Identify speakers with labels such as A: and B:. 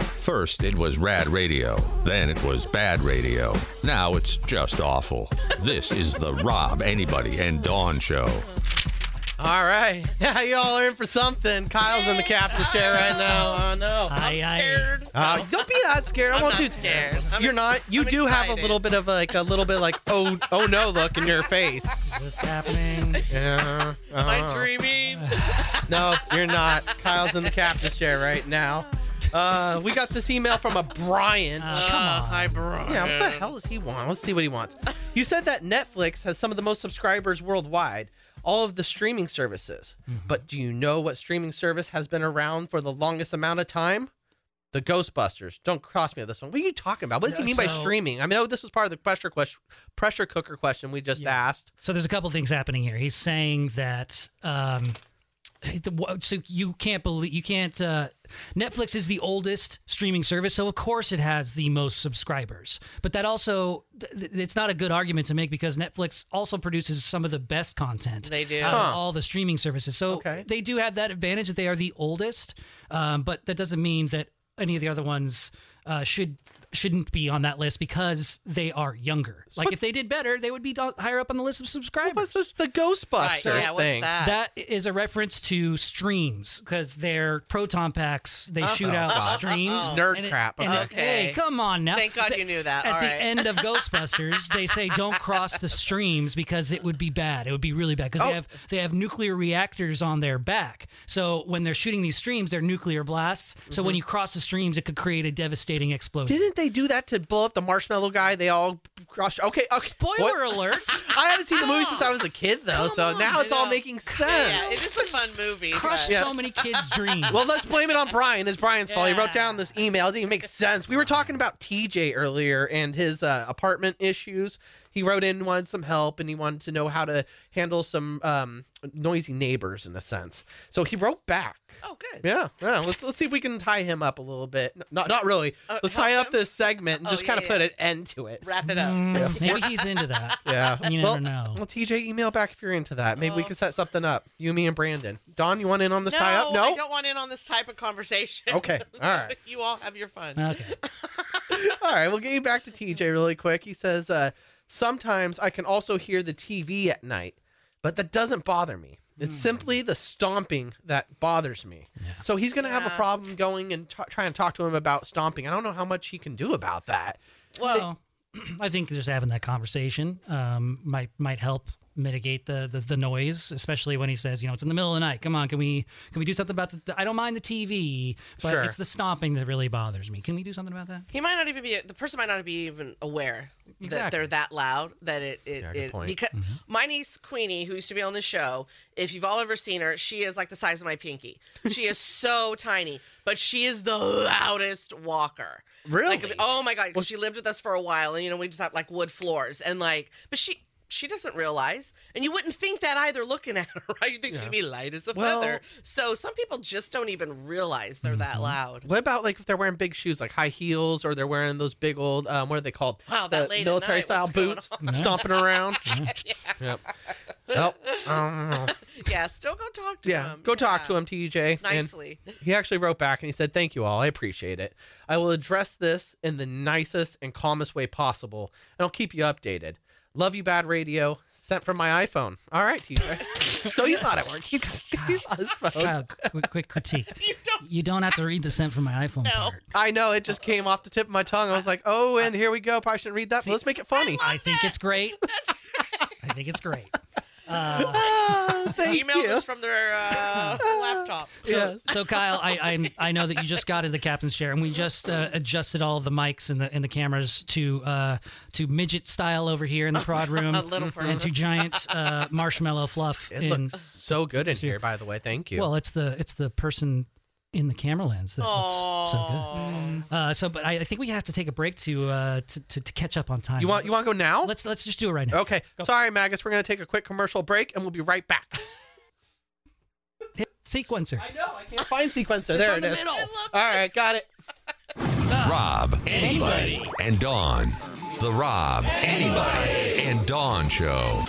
A: First, it was rad radio. Then it was bad radio. Now it's just awful. This is the Rob, Anybody, and Dawn show.
B: All right. Now you all are in for something. Kyle's in the captain's chair right now. Oh, no.
C: Aye, aye.
B: Uh, don't be that scared. I
D: I'm
B: want
D: not
B: you
D: scared. I'm
B: You're not. You
D: I'm
B: do have a
D: excited.
B: little bit of like a little bit like oh oh no look in your face.
C: Is this happening?
B: Yeah.
D: Am
B: uh,
D: I dreaming?
B: No, you're not. Kyle's in the captain's chair right now. Uh, we got this email from a Brian.
C: Uh, come
D: Uh,
C: on.
D: hi, Brian.
B: Yeah, what the hell does he want? Let's see what he wants. You said that Netflix has some of the most subscribers worldwide, all of the streaming services.
C: Mm-hmm.
B: But do you know what streaming service has been around for the longest amount of time? The Ghostbusters. Don't cross me on this one. What are you talking about? What does he
C: No,
B: mean by
C: so-
B: streaming? I know this was part of the pressure question, pressure cooker question we just
C: Yeah.
B: asked.
C: So there's a couple things happening here. He's saying that um, the- wha- so you can't believe you can't. Uh, Netflix is the oldest streaming service, so of course it has the most subscribers. But that also th- th- it's not a good argument to make because Netflix also produces some of the best content.
D: They do.
C: out of
B: Huh.
C: all the streaming services. So
B: Okay.
C: they do have that advantage that they are the oldest, um, but that doesn't mean that any of the other ones uh, should shouldn't be on that list because they are younger. Like if they did better, they would be do- higher up on the list of subscribers.
B: What's this? The
D: Right,
B: Ghostbusters
D: yeah, what's
B: thing.
D: that?
C: That is a reference to streams because they're proton packs. They shoot out streams.
B: Nerd
C: and it-
B: crap.
C: and it-
D: Okay.
C: Hey, come on now.
D: Thank God
C: The-
D: you knew that.
C: At
D: All
C: the
D: right.
C: end of Ghostbusters, they say don't cross the streams because it would be bad. It would be really bad because
B: Oh.
C: they have they have nuclear reactors on their back. So when they're shooting these streams, they're nuclear blasts. So
D: Mm-hmm.
C: when you cross the streams, it could create a devastating explosion.
B: Didn't they do that to blow up the marshmallow guy? They all crushed. Okay, okay.
C: Spoiler
B: what?
C: alert.
B: I haven't seen the movie since I was a kid, though, so now it's all
D: Yeah.
B: making sense.
D: yeah, it is a fun movie.
C: Crushed
B: Yeah.
C: so many kids' dreams.
B: Well, let's blame it on Brian. It's Brian's fault. He wrote
C: Yeah.
B: down this email. It didn't even make sense. We were talking about TJ earlier and his uh, apartment issues. He wrote in, wanted some help, and he wanted to know how to handle some um, noisy neighbors, in a sense. So he wrote back.
D: but- oh, good.
B: Yeah, yeah. Let's, let's see if we can tie him up a little bit. N- Not, not really.
D: Uh,
B: let's
D: help
B: tie up
D: him?
B: this segment and
D: Oh,
B: just
D: yeah,
B: kind of
D: yeah.
B: put an end to it.
D: Wrap it up.
C: Mm, maybe he's into that.
B: Yeah.
C: You
B: well,
C: never know.
B: Well, TJ, email back if you're into that. Maybe we
D: Oh.
B: can set something up. You, me, and Brandon. Don, you want in on this tie up? No.
D: I don't want in on this type of conversation.
B: Okay, all right.
D: you all have your fun.
C: Okay.
B: All right, we'll get you back to TJ really quick. He says, uh, Sometimes I can also hear the TV at night, but that doesn't bother me. It's simply the stomping that bothers me. So he's going to have a
D: Yeah.
B: problem going and t- trying to talk to him about stomping. I don't know how much he can do about that.
D: Oh.
C: Well, I think just having that conversation um, might might help mitigate the, the the noise, especially when he says, you know, it's in the middle of the night. Come on, can we can we do something about the? the- I don't mind the TV, but
B: Sure.
C: it's the stomping that really bothers me. Can we do something about that?
D: He might not even be the person might not be even aware that
C: Exactly.
D: they're that loud that it it,
B: Yeah, good
D: it
B: point. Mm-hmm.
D: because my niece Queenie who used to be on the show if you've all ever seen her she is like the size of my pinky she is so tiny but she is the loudest walker
B: Really?
D: like oh my god she lived with us for a while and you know we just have like wood floors and like but she she doesn't realize and you wouldn't think that either looking at her right you think she'd be light as a
B: Well-
D: feather so some people just don't even realize they're that
B: Mm-hmm.
D: loud
B: What about like if they're wearing big shoes, like high heels, or they're wearing those big old um, what are they called?
D: Wow,
B: The
D: that late at
B: military
D: night,
B: style
D: what's going
B: boots, stomping around. Yep. Oh, Well, um,
D: yeah still go talk to
B: yeah,
D: him
B: go talk
D: Um,
B: to
D: Yeah.
B: him, TJ. and-
D: nicely.
B: He actually wrote back and he said, Thank you all. I appreciate it. I will address this in the nicest and calmest way possible, and I'll keep you updated. Love you, Bad Radio. Sent from my iPhone. All right, TJ. so he's not at work. He's, he's on his phone.
C: Kyle, qu- quick, quick critique.
D: Oh. You don't.
C: You don't have to read the scent from my iPhone part.
B: I know it just came off the tip of my tongue. I was like, Oh, and here we go. Probably shouldn't read that, but let's make it funny.
C: I think it's great. I think it's great.
B: Ah, thank
D: Email
B: you.
D: us from their uh, laptop.
C: So,
B: Yes.
C: so Kyle, I, I I know that you just got in the captain's chair, and we just uh, adjusted all of the mics and the and the cameras to uh, to midget style over here in the prod room,
D: A little
C: and to
D: person.
C: giant uh, marshmallow fluff.
B: It
C: in,
B: looks so good in here, by the way. Thank you.
C: well, it's the it's the person in the camera lens that looks so
D: Aw.
C: good. Uh, so, but I, I think we have to take a break to, uh, to, to to catch up on time.
B: you want you want to go now?
C: Let's let's just do it right now.
B: Okay. Sorry, Magus. We're going to take a quick commercial break, and we'll be right back.
C: Hit sequencer.
B: I know. I can't find sequencer. There
C: on
B: it
C: the
B: is.
C: middle. I love
B: All right, got it.
A: Rob, Anybody, and Dawn. The Rob, Anybody, and Dawn show.